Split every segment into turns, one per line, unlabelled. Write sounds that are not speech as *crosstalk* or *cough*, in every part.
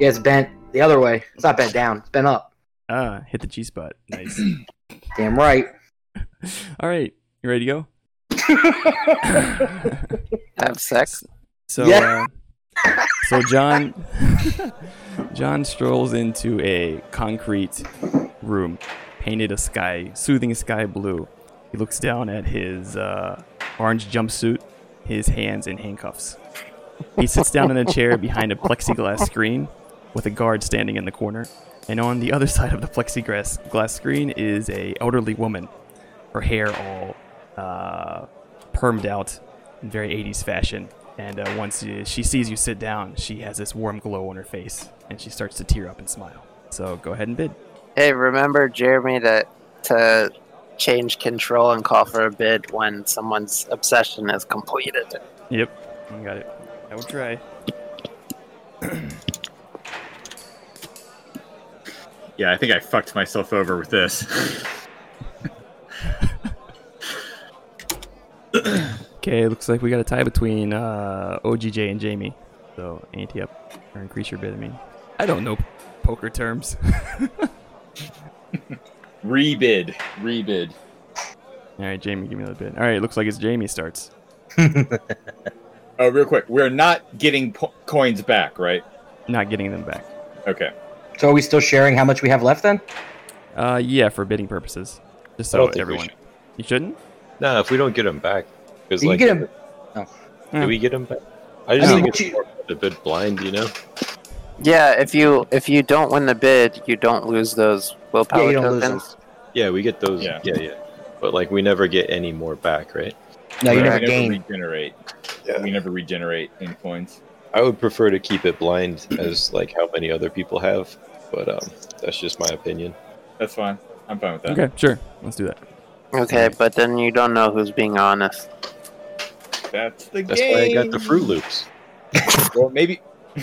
Yeah, it's bent the other way. It's not bent down. It's bent up.
Ah, hit the G spot. Nice.
Damn right.
All right, you ready to go?
*laughs* Have sex.
So,
Yeah.
uh, so John, *laughs* John strolls into a concrete room, painted a sky, soothing sky blue. He looks down at his uh, orange jumpsuit, his hands in handcuffs. He sits down in a chair behind a plexiglass screen, with a guard standing in the corner. And on the other *laughs* side of the plexiglass glass screen is a elderly woman, her hair all uh, permed out in very 80s fashion. And uh, once you, she sees you sit down, she has this warm glow on her face, and she starts to tear up and smile. So go ahead and bid.
Hey, remember Jeremy to to change control and call for a bid when someone's obsession is completed.
Yep, I got it. I will try.
Yeah, I think I fucked myself over with this.
*laughs*
Okay, looks like we got a tie between uh, OGJ and Jamie. So ante up or increase your bid. I mean, I don't know poker terms. *laughs*
Rebid. Rebid.
All right, Jamie, give me another bid. All right, looks like it's Jamie starts.
Oh, real quick. We're not getting po- coins back, right?
Not getting them back.
Okay.
So are we still sharing how much we have left then?
Uh, yeah, for bidding purposes. Just
I don't
so
think we
everyone.
should.
You shouldn't.
No, if we don't get him back, because
You
like,
get 'em-
Yeah.
do we get him back? I just
I mean,
think it's
you-
more a bit blind, you know.
Yeah, if you if you don't win the bid, you don't lose those willpower
Yeah, you don't lose
tokens.
those.
Yeah, we get those.
Yeah.
Yeah, yeah. But like, we never get any more back, right?
No, you
Right.
never
we never
gain.
regenerate.
Yeah.
We never regenerate in coins.
I would prefer to keep it blind, as like how many other people have. But um, that's just my opinion.
That's fine. I'm fine with
Uh,
that.
Okay, sure. Let's do that.
Okay, but then you don't know who's being honest.
That's the
That's why I
game.
got the Fruit Loops.
Well, maybe. *laughs*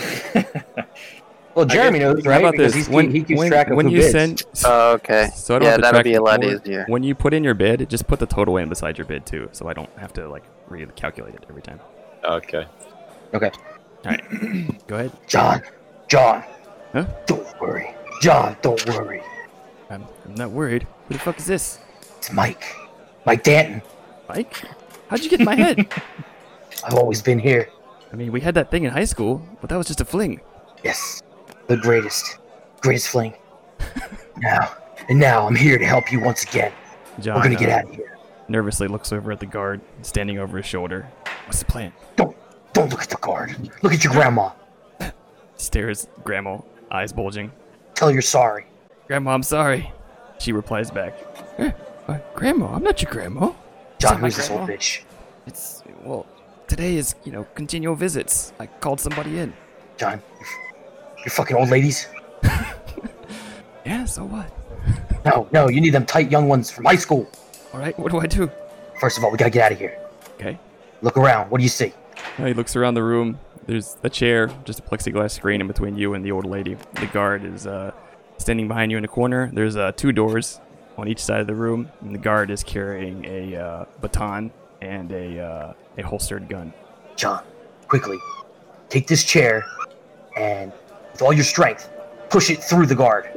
Well, Jeremy knows, right?
How about
because
this?
He's, when, he keeps track of
when
who
you
bids.
send,
Oh, okay.
so I don't
Yeah,
have to
that'll
track
be a lot
more.
easier.
When you put in your bid, just put the total in beside your bid too, so I don't have to like recalculate it every time.
Okay.
Go ahead.
John, John,
Huh?
don't worry. John, don't worry.
I'm, I'm not worried. Who the fuck is this?
It's Mike. Mike Danton.
Mike? How'd you get in
*laughs*
my head?
I've always been here.
I mean, we had that thing in high school, but that was just a fling.
Yes, the greatest, greatest
*laughs*
fling. now, and now I'm here to help you once again.
John
We're gonna get
uh,
out of here.
nervously looks over at the guard standing over his shoulder. What's the plan?
Don't, don't look at the guard. Look at your grandma.
Stares grandma, eyes bulging.
Tell her you're sorry.
Grandma, I'm sorry. She replies back. "Eh, uh, grandma, I'm not your grandma.
John,
my
who's this old
grandma?
bitch?
It's well, today is you know continual visits. I called somebody in.
John, you're fucking old ladies.
Yeah, so what?
No, no, you need them tight young ones from high school.
All right, what do I do?
First of all, we gotta get out of here.
Okay.
Look around. What do you see?
he looks around the room. There's a chair, just a plexiglass screen in between you and the old lady. The guard is uh, standing behind you in the corner. There's uh, two doors on each side of the room, and the guard is carrying a uh, baton and a uh, a holstered gun.
John, quickly, take this chair and, with all your strength, push it through the guard.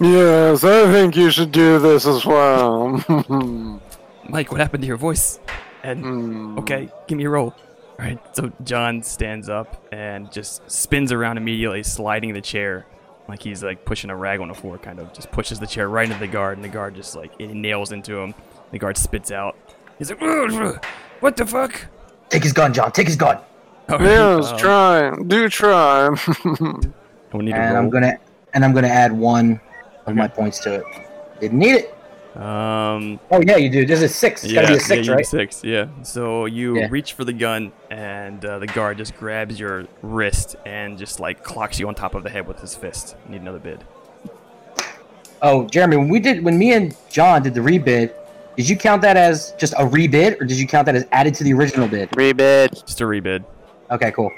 Yes, I think you should do this as well. *laughs*
Mike, what happened to your voice? And
Hmm.
Okay, give me a roll. All right, so John stands up and just spins around immediately, sliding the chair like he's like pushing a rag on the floor, kind of. Just pushes the chair right into the guard, and the guard just like it nails into him. The guard spits out. He's like, "Ugh, "What the fuck?"
Take his gun, John. Take his gun.
All right, *laughs*
Yes,
um,
try. Do try. *laughs*
I would need
and
a
I'm
roll.
gonna and I'm gonna add one of my points to it. Didn't need it.
Um,
Oh yeah, you do. This is six. It's gotta be a six,
yeah, you
right?
Six, yeah. So you
Yeah.
reach for the gun, and uh, the guard just grabs your wrist and just like clocks you on top of the head with his fist. Need another bid.
Oh, Jeremy, when we did when me and John did the rebid, did you count that as just a rebid, or did you count that as added to the original bid?
Rebid.
Just a rebid.
Okay, cool.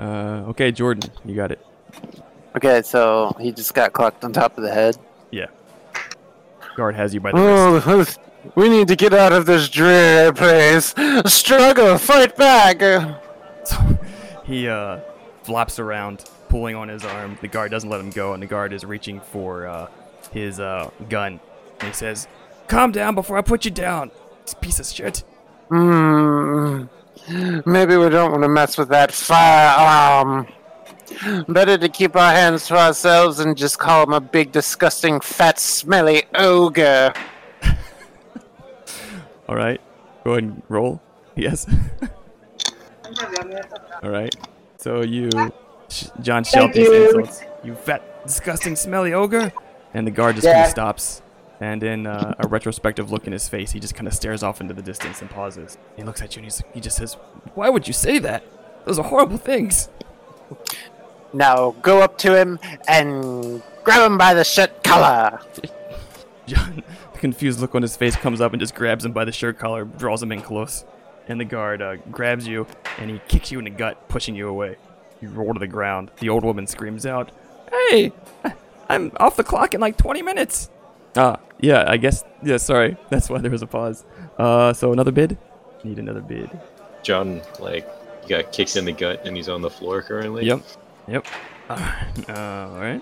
Uh, okay, Jordan, you got it.
Okay, so he just got clocked on top of the head.
Guard has you by the wrist. *laughs*
Oh, we need to get out of this dreary place. Struggle, fight back.
So he uh, flops around, pulling on his arm. The guard doesn't let him go, and the guard is reaching for uh, his uh, gun. And he says, "Calm down before I put you down, this piece of shit."
Hmm. Maybe we don't want to mess with that fire alarm.
Better to keep our hands to ourselves and just call him a big, disgusting, fat, smelly ogre.
All right, go ahead and roll. Yes. *laughs* All right. So you, Sh- John, shout these
you.
insults. You fat, disgusting, smelly ogre. And the guard just kind
Yeah.
of stops. And in uh, a retrospective look in his face, he just kind of stares off into the distance and pauses. He looks at you and he's, he just says, "Why would you say that? Those are horrible things."
Now go up to him and grab him by the shirt collar.
John, *laughs* the confused look on his face comes up and just grabs him by the shirt collar, draws him in close. And the guard uh, grabs you and he kicks you in the gut, pushing you away. You roll to the ground. The old woman screams out, Hey, I- I'm off the clock in like 20 minutes. Ah, yeah, I guess. Yeah, sorry. *laughs* That's why there was a pause. Uh, so another bid? Need another bid.
John, like, he got kicked in the gut and he's on the floor currently.
Yep. Yep. Uh, all right.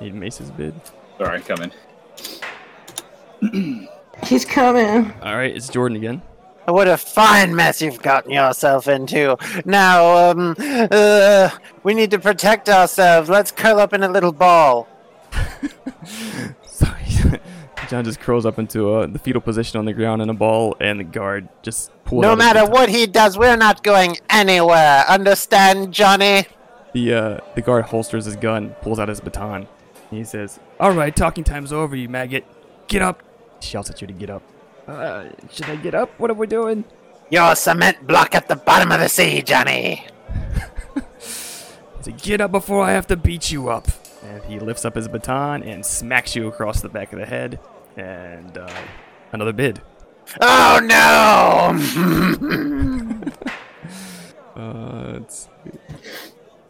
Need Mace's bid.
Sorry, coming.
He's coming.
All right, it's Jordan again.
What a fine mess you've gotten yourself into. Now, um, uh, we need to protect ourselves. Let's curl up in a little ball.
Sorry. *laughs* John just curls up into uh, the fetal position on the ground in a ball, and the guard just pulls.
No matter what he does, we're not going anywhere. Understand, Johnny?
The uh, the guard holsters his gun, pulls out his baton. And he says, "All right, talking time's over, you maggot. Get up!" Shouts at you to get up. Uh, should I get up? What are we doing?
You're a cement block at the bottom of the sea, Johnny.
To get up before I have to beat you up. And he lifts up his baton and smacks you across the back of the head. And uh, another bid.
Oh no! *laughs*
Uh, it's,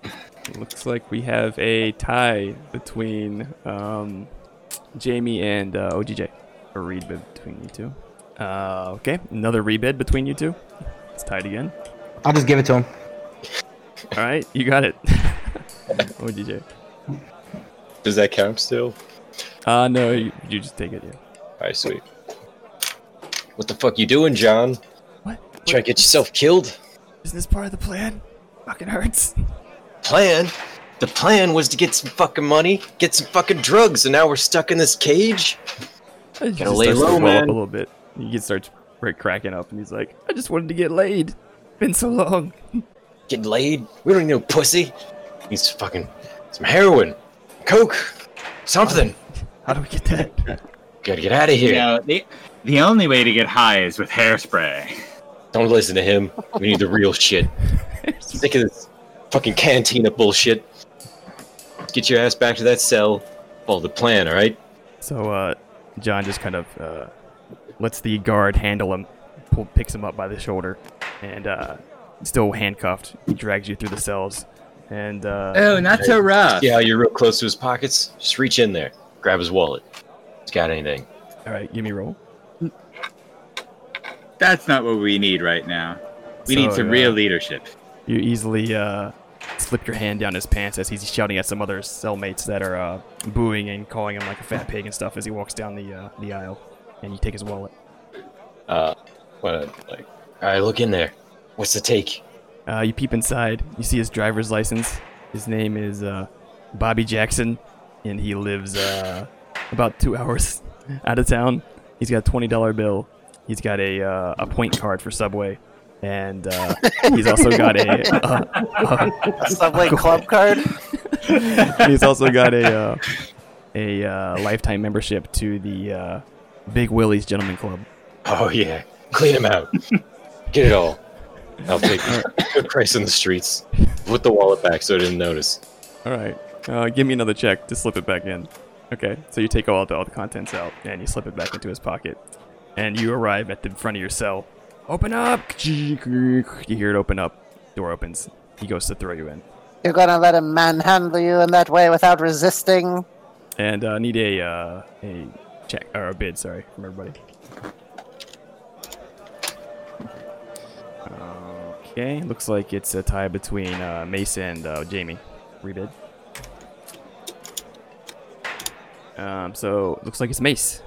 it looks like we have a tie between um, Jamie and uh, OGJ. A rebid between you two. Uh, okay, another rebid between you two. It's tied again.
I'll just give it to him.
All right, you got it. *laughs* OGJ.
Does that count still?
Uh, no, you, you just take it. Yeah.
Alright, sweet. What the fuck you doing, John?
What?
Trying to get yourself killed?
Isn't this part of the plan? Fucking hurts. *laughs*
Plan? The plan was to get some fucking money, get some fucking drugs, and now we're stuck in this cage?
He just starts
lay
to
low,
swell Up
man.
a little bit. He gets- starts cra- cracking up, and he's like, "I just wanted to get laid. Been so long."
Get laid? We don't need no pussy. Needs fucking some heroin, coke, something.
How do we get
*laughs*
that?
Gotta get out of
You
here.
know, the, the only way to get high is with hairspray.
Don't listen to him. We need the real shit. Sick of this fucking cantina bullshit. Get your ass back to that cell. Follow the plan, alright?
So uh, John just kind of uh, lets the guard handle him, pull, picks him up by the shoulder, and uh, still handcuffed, he drags you through the cells. And uh,
Oh, not so rough.
Yeah, you're real close to his pockets. Just reach in there. Grab his wallet. He's got anything.
all right, give me a roll.
That's not what we need right now. We need
So,
some
uh,
real leadership.
You easily uh, slip your hand down his pants as he's shouting at some other cellmates that are uh, booing and calling him like a fat pig and stuff as he walks down the uh, the aisle. And you take his wallet.
Uh, wanna, like, alright, look in there. What's the take?
Uh, you peep inside. You see his driver's license. His name is uh, Bobby Jackson, and he lives uh, about two hours *laughs* out of town. He's got a twenty dollar bill. He's got a uh, a point card for Subway, and uh, he's also got a uh,
A Subway club card?
he's also got a uh, a uh, lifetime membership to the uh, Big Willie's Gentleman Club.
Oh, yeah. Clean him out. Get it all. I'll take good price in the streets. Put the wallet back so I didn't notice.
All right. Uh, give me another check to slip it back in. Okay. So you take all the, all the contents out and you slip it back into his pocket. And you arrive at the front of your cell. Open up! You hear it open up. Door opens. He goes to throw you in.
You're gonna let him manhandle you in that way without resisting?
And uh, need a uh, a check or a bid, sorry, from everybody. Okay, looks like it's a tie between uh, Mace and uh, Jamie. Rebid. Um, so looks like it's Mace.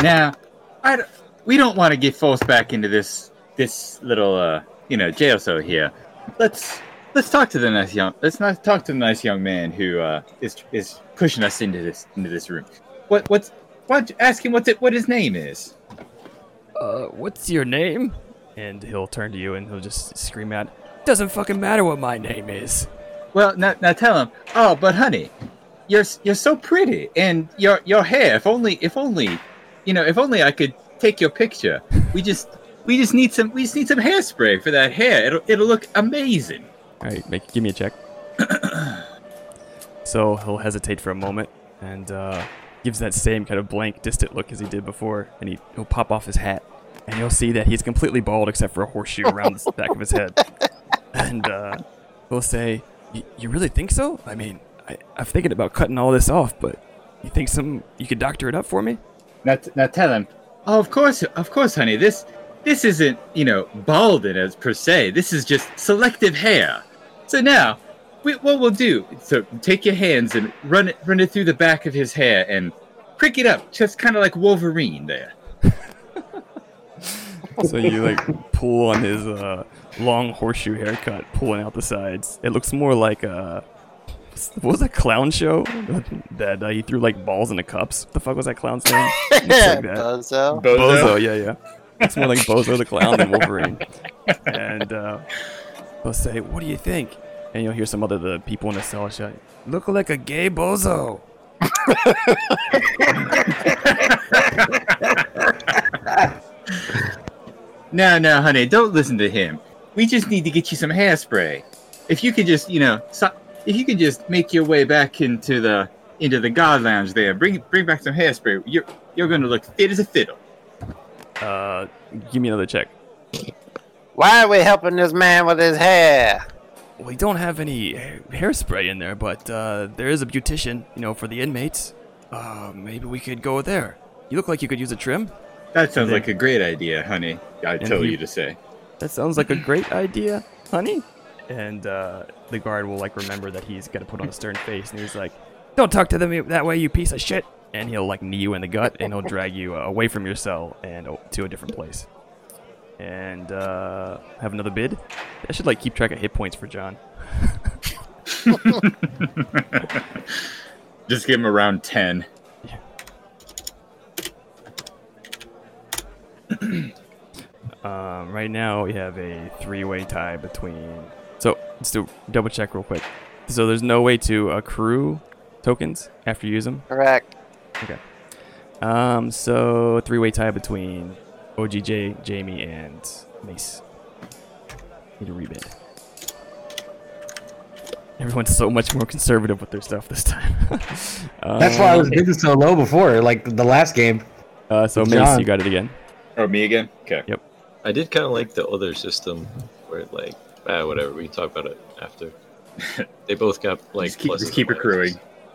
Now, I d- we don't want to get forced back into this this little uh you know jail cell here. Let's let's talk to the nice young let's not talk to the nice young man who uh, is is pushing us into this into this room. What what's why don't you ask him what's it what his name is?
Uh, what's your name? And he'll turn to you and he'll just scream out, "Doesn't fucking matter what my name is."
Well, now, now tell him. Oh, but honey, you're s- you're so pretty, and your your hair. If only, if only, you know, if only I could take your picture. We just we just need some we just need some hairspray for that hair. It'll it'll look amazing.
All right, make give me a check. so he'll hesitate for a moment and uh, gives that same kind of blank, distant look as he did before, and he, he'll pop off his hat, and you'll see that he's completely bald except for a horseshoe around the back of his head. And uh, he'll say, "Y- "You really think so? I mean, I, I'm thinking about cutting all this off, but you think some you could doctor it up for me?"
Now, t- now tell him. Oh, of course, of course, honey. This this isn't you know balding as per se. This is just selective hair. So now, we, what we'll do? So take your hands and run it run it through the back of his hair and prick it up, just kind of like Wolverine there.
So you like pull on his uh, long horseshoe haircut, pulling out the sides. It looks more like a what was that clown show *laughs* that uh, he threw like balls into cups? What the fuck was that clown's name? Looks like that.
*laughs*
Bozo.
Bozo.
Bozo, yeah, yeah. It's more like Bozo the Clown than Wolverine. And uh, they'll say, "What do you think?" And you'll hear some other the people in the cell shout, "Look like a gay Bozo."
No, no, honey, don't listen to him. We just need to get you some hairspray. If you could just, you know, so, if you could just make your way back into the into the guard lounge there, bring bring back some hairspray. You're you're gonna look fit as a fiddle.
Uh, give me another check.
Why are we helping this man with his hair?
We don't have any ha- hairspray in there, but uh, there is a beautician, you know, for the inmates. Uh, maybe we could go there. You look like you could use a trim.
That sounds like a great idea, honey. I tell
he-
you to say.
That sounds *laughs* like a great idea, honey. And uh, the guard will like remember that he's got to put on a stern face, and he's like, "Don't talk to them that way, you piece of shit." And he'll like knee you in the gut, and he'll drag you uh, away from your cell and o- to a different place. And uh, have another bid. I should like keep track of hit points for John.
Just give him around ten.
Um, right now we have a three-way tie between. So let's do double check real quick. So there's no way to accrue tokens after you use them.
Correct.
Um, so three-way tie between OGJ, Jamie, and Mace. Need a rebid. Everyone's so much more conservative with their stuff this time. *laughs* Um,
That's why I was bidding so low before, like the last game.
Uh, so Mace,
John.
you got it again.
Oh, me again? Okay.
I did kind of like the other system where, like, ah, whatever. We can talk about it
*laughs*
after. they both got like
just keep,
pluses
just keep
and minuses.
accruing.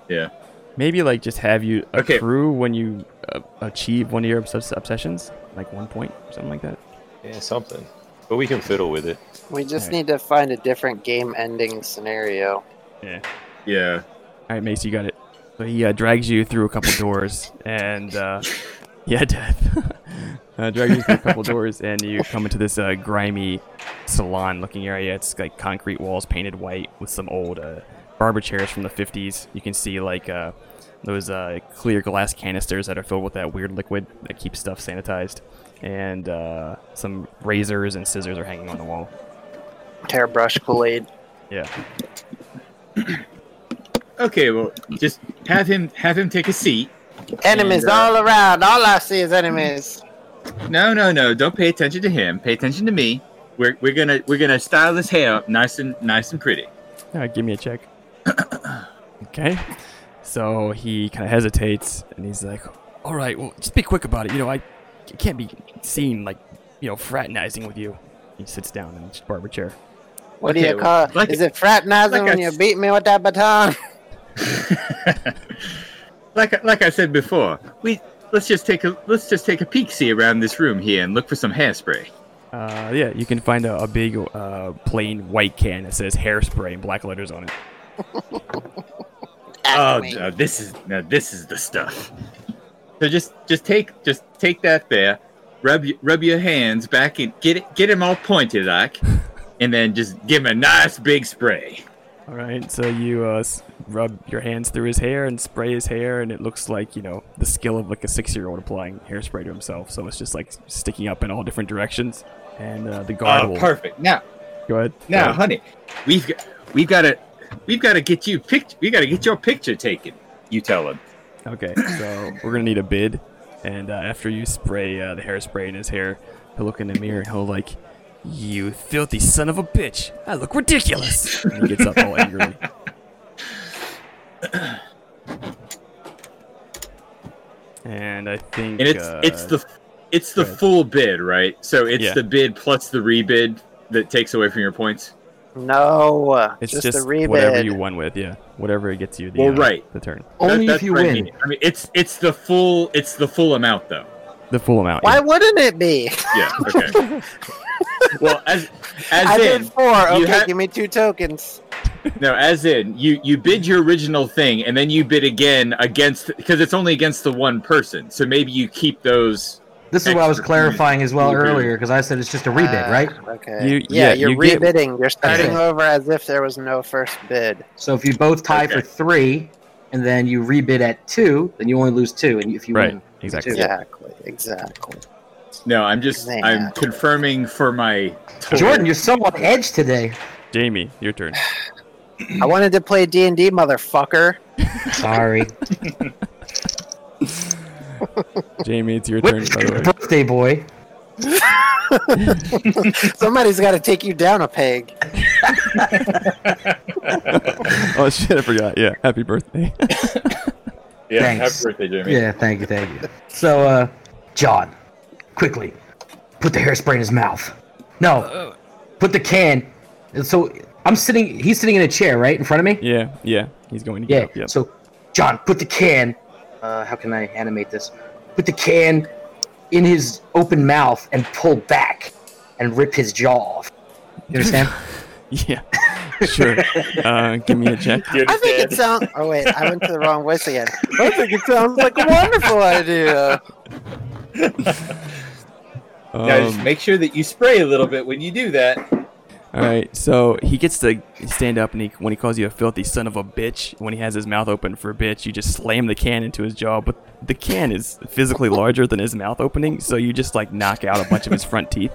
Yeah.
Maybe like just have you
Okay.
accrue when you uh, achieve one of your obs- obsessions, like one point, or something like that.
Yeah, something. But we can fiddle with it.
We just
Alright.
need to find a different game ending scenario.
Yeah.
All right, Mace, you got it. So he uh, drags you through a couple doors, and uh, yeah, *laughs* death. uh, drags you through a couple doors, and you come into this uh, grimy salon-looking area. It's like concrete walls painted white with some old uh, barber chairs from the '50s. You can see like uh, those uh, clear glass canisters that are filled with that weird liquid that keeps stuff sanitized, and uh, some razors and scissors are hanging on the wall.
Hairbrush Kool-Aid.
Yeah.
Okay, well just have him have him take a seat.
Enemies
And, uh,
all around. All I see is enemies.
No, no, no. Don't pay attention to him. Pay attention to me. We're, we're gonna we're gonna style his hair up nice and nice and pretty. *laughs*
All right, give me a check. *coughs* okay. So he kind of hesitates and he's like, "All right, well, just be quick about it. You know, I c- can't be seen like, you know, fraternizing with you." He sits down in his barber chair.
What do
Okay,
you call?
like-
is it fraternizing
like
when
I
you
s-
beat me with that baton?
Like I- like I said before, we let's just take a let's just take a peek see around this room here and look for some hairspray.
Uh, yeah, you can find a, a big uh, plain white can that says hairspray in black letters on it.
Oh,
Acme.
no, this is no, this is the stuff. So just just take just take that there, rub y- rub your hands back and get it get him all pointed *laughs* like, and then just give him a nice big spray.
All right, so you uh, s- rub your hands through his hair and spray his hair, and it looks like you know the skill of like a six-year-old applying hairspray to himself. So it's just like sticking up in all different directions, and uh, the guard
Oh,
will
perfect. Now,
go ahead.
now,
Uh,
honey,
We've got we've got to we've got to get you pict we got to get your picture taken. You tell him.
Okay, so we're gonna need a bid, and uh, after you spray uh, the hairspray in his hair, he'll look in the mirror and he'll like, "You filthy son of a bitch! I look ridiculous!" And he gets up all
*laughs*
angrily. And I think
And it's
uh,
it's the it's the
go ahead.
full bid, right? So it's
Yeah.
the bid plus the rebid that takes away from your points.
No,
it's
just,
just,
a rebid.
whatever you won with, yeah, whatever it gets you the
Well,
uh,
right.
the turn,
Only
That-
if
that's
you
what I
win.
mean. I mean, it's it's the full it's the full amount though.
the full amount.
Why
yeah.
wouldn't it be?
Yeah.
*laughs*
Okay. well, as as
I
in
did four. Okay,
you had-
give me two tokens.
no, as in you you bid your original thing and then you bid again against because it's only against the one person. So maybe you keep those.
This is what I was
Extra
clarifying as well
rebid.
earlier because I said it's just a rebid,
Ah,
right?
Okay.
You-
yeah,
yeah,
you're
you get-
rebidding. You're starting
Okay.
over as if there was no first bid.
So if you both tie
Okay.
for three, and then you rebid at two, then you only lose two, and if you
Right,
win,
exactly.
Yeah.
Exactly. Exactly.
No, I'm just
Man.
I'm confirming for my total.
Jordan, you're so on edge today.
Jamie, your
*laughs*
turn.
I wanted to play D and D, motherfucker.
Sorry,
*laughs* Jamie, it's your turn.
Which
By the way.
birthday boy.
Somebody's got to take you down a peg.
Oh shit, I forgot. Yeah, happy birthday.
yeah, happy
Thanks.
birthday, Jamie.
Yeah, thank you, thank you. So, uh, John, quickly, put the hairspray in his mouth. No, put the can. and So I'm sitting. He's sitting in a chair right in front of me.
Yeah, yeah. He's going to
Yeah.
get up. Yep.
So, John, put the can. Uh, how can I animate this? Put the can in his open mouth and pull back and rip his jaw off. You *laughs* understand?
*laughs* yeah.
*laughs*
Sure. Uh, give me a check.
You
I think it
understand?
sounds. Oh wait, I went to the wrong voice again. I think it sounds like a wonderful idea.
Now, just
Um,
make sure that you spray a little bit when you do that.
all right. So he gets to stand up, and he, when he calls you a filthy son of a bitch, when he has his mouth open for bitch, you just slam the can into his jaw. But the can is physically larger than his mouth opening, so you just like knock out a bunch of his front teeth,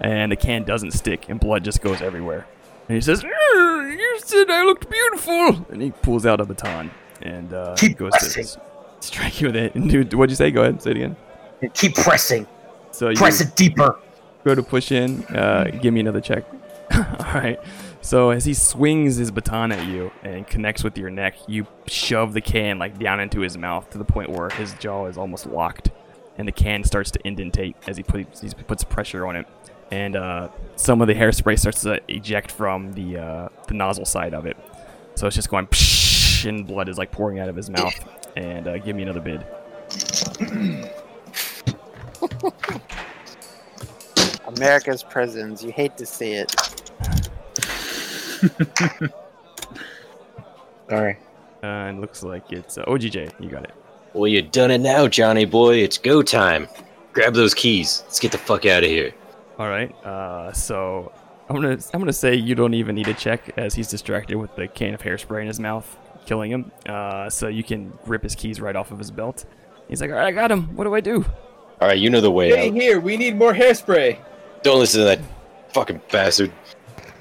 and the can doesn't stick, and blood just goes everywhere. And he says, "Urgh, "You said I looked beautiful," and he pulls out a baton and uh,
Keep
goes to
pressing.
s- strike you with it. *laughs* And dude, what'd you say? Go ahead, say it again.
And Keep pressing.
So you
Press it deeper.
go to push in. Uh, give me another check. *laughs* All right. So as he swings his baton at you and connects with your neck, you shove the can like down into his mouth to the point where his jaw is almost locked, and the can starts to indentate as he puts he puts pressure on it, and uh, some of the hairspray starts to eject from the uh, the nozzle side of it. So it's just going, psh, and blood is like pouring out of his mouth. And uh, give me another bid.
America's prisons. You hate to see it.
Sorry.
Uh, and looks like it's uh, OGJ. You got it.
Well, you done it now, Johnny boy. It's go time. Grab those keys. Let's get the fuck out of here.
All right. Uh, so I'm gonna I'm gonna say you don't even need a check as he's distracted with the can of hairspray in his mouth, killing him. Uh, so you can rip his keys right off of his belt. He's like, all right, I got him. What do I do?
All right, you know the way
Hey,
out.
here, we need more hairspray.
Don't listen to that fucking bastard.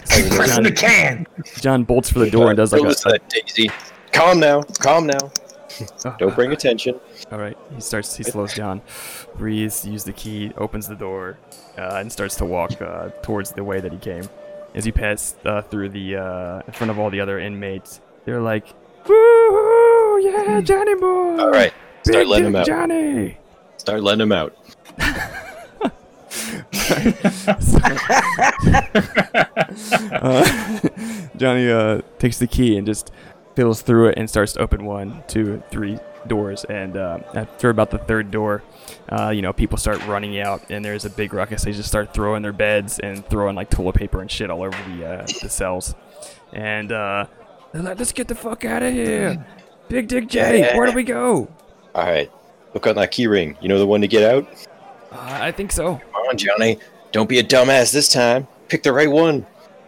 Keep pressing the can.
John bolts for the door and does like
Don't listen
a.
to that Daisy. Calm now. Calm now. Don't bring attention.
All right. He starts. He slows down, breathes, uses the key, opens the door, uh, and starts to walk uh, towards the way that he came. As he passed uh, through the uh, in front of all the other inmates, they're like, "Woo! Yeah, Johnny boy!
Hmm. All right, start
Big
letting him
Dick
out.
Johnny!"
Start letting him out.
So- Uh, *laughs* Johnny uh, takes the key and just fiddles through it and starts to open one, two, three, doors, and uh, after about the third door, uh, you know, people start running out, and there's a big ruckus. They just start throwing their beds and throwing like toilet paper and shit all over the uh, the cells, and uh, they're like, "Let's get the fuck out of here, Big Dick J. Where do we go?"
All right. Look on that key ring. You know the one to get out?
Uh, I think so.
Come on, Johnny. Don't be a dumbass this time. Pick the right one.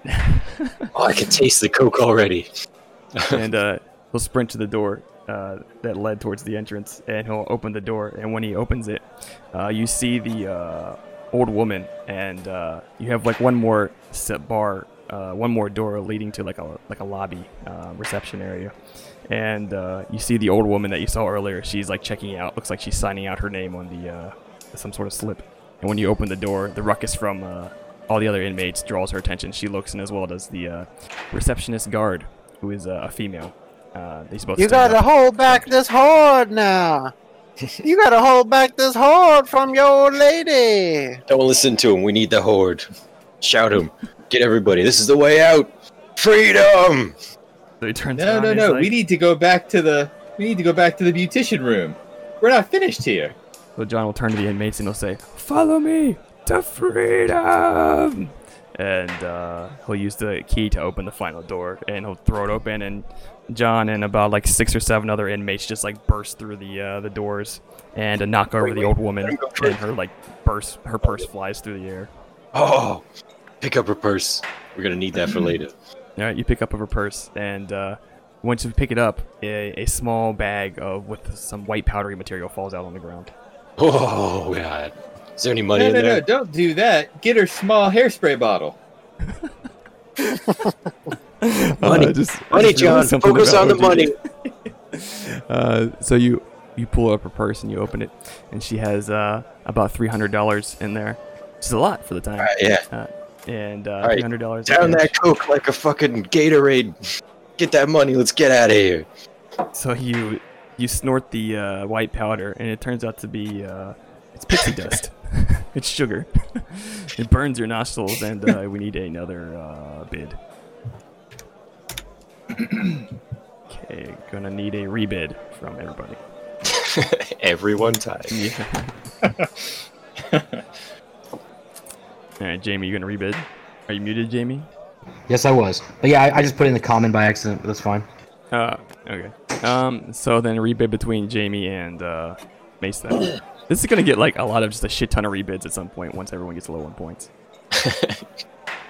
oh, I can taste the coke already.
*laughs* and uh, he'll sprint to the door uh, that led towards the entrance, and he'll open the door. And when he opens it, uh, you see the uh, old woman, and uh, you have like one more set bar, uh, one more door leading to like a like a lobby uh, reception area. And uh, you see the old woman that you saw earlier. She's like checking out. Looks like she's signing out her name on the uh, some sort of slip. And when you open the door, the ruckus from uh, all the other inmates draws her attention. She looks, and as well does the uh, receptionist guard, who is uh, a female. Uh, these both
You
stand
gotta
up.
hold back this horde now. you gotta hold back this horde from your old lady.
Don't listen to him. We need the horde. Shout him. Get everybody. This is the way out. Freedom.
So he turns
No,
around
no,
and
no.
he's
we
like-
need to go back to the. We need to go back to the beautician room. We're not finished here.
So John will turn to the inmates and he'll say, "Follow me to freedom." And uh, he'll use the key to open the final door, and he'll throw it open, and John and about like six or seven other inmates just like burst through the uh, the doors and a knock over the old woman, and her like burst her purse flies through the air.
Oh, pick up her purse. We're gonna need that for later.
All right, you pick up of her purse, and uh, once you pick it up, a, a small bag of with some white powdery material falls out on the ground.
Oh God. Is there any money
No,
in
no,
there?
no. Don't do that. Get her small hairspray bottle.
Money,
Money, John. Focus on the money.
Uh, so you you pull up her purse and you open it, and she has uh, about three hundred dollars in there, which is a lot for the time.
yeah.
Uh, and uh,
right,
three hundred dollars.
Down that coke like a fucking Gatorade. Get that money. Let's get out of here.
So you you snort the uh, white powder, and it turns out to be uh, it's
*laughs*
pixie dust. *laughs* it's sugar. *laughs* it burns your nostrils, and uh, we need another uh,
*clears throat*
bid. Okay, gonna need a rebid from everybody.
*laughs* Every one time.
Yeah. All right, Jamie, you gonna rebid? Are you muted, Jamie?
Yes, I was. But yeah, I, I just put in the comment by accident. But that's fine.
Uh, okay. Um, so then rebid between Jamie and uh, Mace. Then. this is gonna get like a lot of just a shit ton of rebids at some point once everyone gets low on points.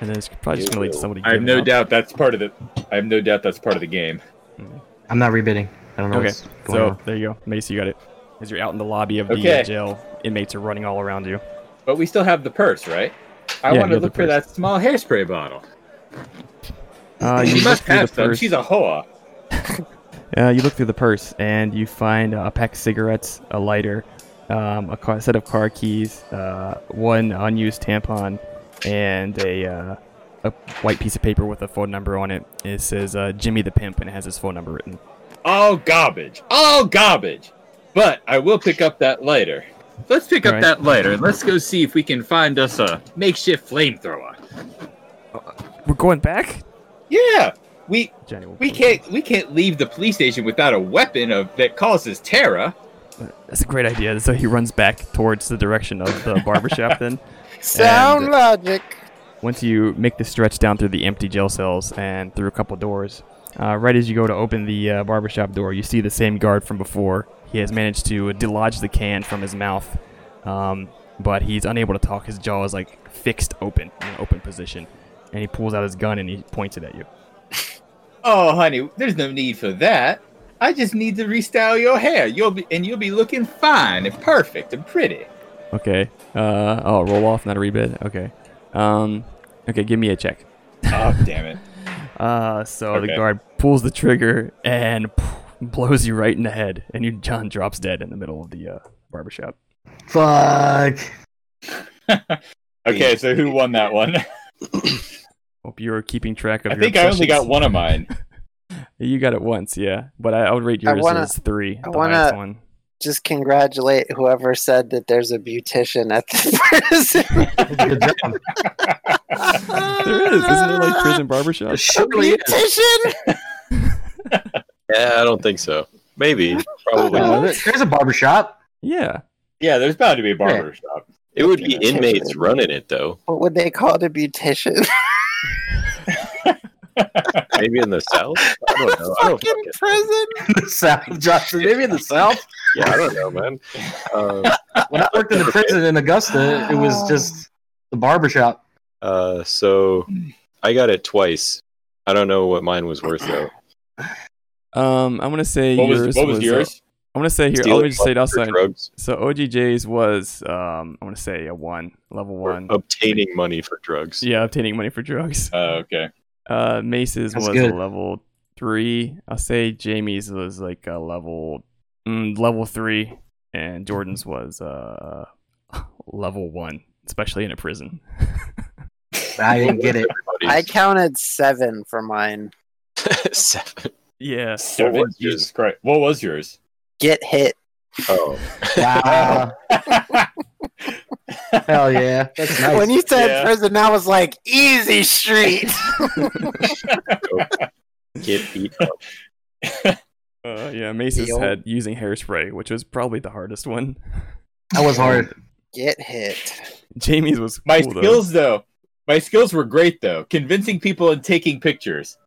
and then it's probably just gonna lead to somebody.
I have
giving
no
up.
doubt that's part of the. I have no doubt that's part of the game.
I'm not rebidding. I don't know.
Okay,
what's going
so
on.
there you go, Mace. You got it. As you're out in the lobby of the
Okay.
uh, jail, inmates are running all around you.
But we still have the purse, right? I
Yeah,
want to
you have the
look for
purse.
that small hairspray bottle.
Uh,
She
you
must
through
have
the
some.
purse.
She's a hoa.
Uh, you look through the purse and you find uh, a pack of cigarettes, a lighter, um, a car, set of car keys, uh, one unused tampon, and a, uh, a white piece of paper with a phone number on it. It says uh, Jimmy the Pimp and it has his phone number written.
All garbage. All garbage. But I will pick up that lighter.
Let's pick up
Alright.
that lighter. and Let's go see if we can find us a makeshift flamethrower.
We're going back?
Yeah. We
Johnny will
we
pull-
can't we can't leave the police station without a weapon of that causes terror.
That's a great idea. So he runs back towards the direction of the barbershop *laughs* then.
Sound
And-
logic.
once you make the stretch down through the empty jail cells and through a couple doors, uh, right as you go to open the uh, barbershop door, you see the same guard from before. He has managed to delodge the can from his mouth, um, but he's unable to talk. His jaw is like fixed open, in an open position, and he pulls out his gun and he points it at you.
Oh, honey, there's no need for that. I just need to restyle your hair. You'll be and you'll be looking fine and perfect and pretty.
Okay. Uh, oh, roll off, not a rebid. Okay. Um, okay, give me a check.
Oh, damn it.
Uh, so the
Okay.
guard pulls the trigger and *laughs* blows you right in the head, and you John drops dead in the middle of the uh, barbershop.
Fuck.
Okay, so who won that one?
Hope you're keeping track of.
I
your
think I only got
obsessions.
one of mine.
You got it once, yeah. But I, I would rate
I
yours
wanna-
as three. the
I wanna-
highest one.
Just congratulate whoever said that there's a beautician at the *laughs* prison.
Good job. *laughs*
There is, isn't there like prison barbershop?
Surely.
beautician?
Yeah, I don't think so. Maybe. Probably.
*laughs*
There's a barbershop.
Yeah.
Yeah, there's bound to be a barber shop.
It would be inmates running it, though.
What would they call it? A beautician?
Maybe *laughs* in the South? I don't know. I don't
Fucking
fucking-
*laughs*
prison?
the South, Johnson. Maybe in the South.
yeah, I don't know, man. Um,
When I worked in the prison in Augusta, it was just the barbershop.
uh, so I got it twice. I don't know what mine was worth, though.
Um, I'm gonna say
What was
yours
what was
uh,
yours?
I'm gonna say here.
Stealing
let me just say it
for
outside.
drugs,
So OGJ's was um, I'm gonna say a one, level
or
one.
obtaining money for drugs.
Yeah, obtaining money for drugs.
Oh, okay.
Uh, Mace's
That's
was
good.
a level three. I'll say Jamie's was like a level mm, level three, and Jordan's was uh *laughs* level one, especially in a prison.
I didn't get it.
*laughs*
I
Everybody's
counted seven for mine.
seven.
yeah.
Seven.
was yours?
Jesus Christ. What
*laughs*
was yours?
Get hit.
Oh,
Wow. *laughs* Hell yeah. *laughs* That's nice.
When you said
Yeah.
prison, I was like, easy street.
get beat up.
Uh, yeah, Mace's
Yo.
had using hairspray, which was probably the hardest one. *laughs*
that was hard.
Get hit.
Jamie's was
My
cool, though.
skills though. My skills were great though. Convincing people and taking
*laughs*
pictures.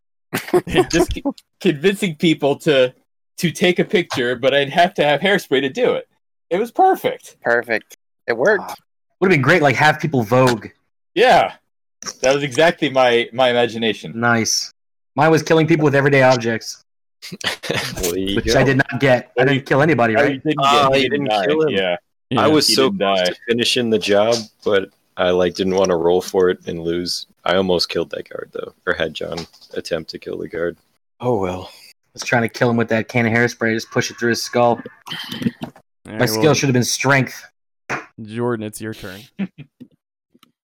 Just c- convincing people to to take a picture, but I'd have to have hairspray to do it. It was perfect.
Perfect. It worked.
Would have been great, like have people vogue.
Yeah. That was exactly my my imagination.
Nice. Mine was killing people with everyday objects,
Well, there
*laughs*
you
which
go.
I did not get. I didn't kill anybody,
Oh,
right?
you didn't,
Ah,
get-
you didn't
die.
kill him.
Yeah.
Yeah.
I was
he
so
didn't
close
die.
to finishing the job, but I like didn't want to roll for it and lose. I almost killed that guard though, or had John attempt to kill the guard. Oh well.
was trying to kill him with that can of hairspray, just push it through his skull.
All right,
My
well,
skill should have been strength.
Jordan, it's your turn.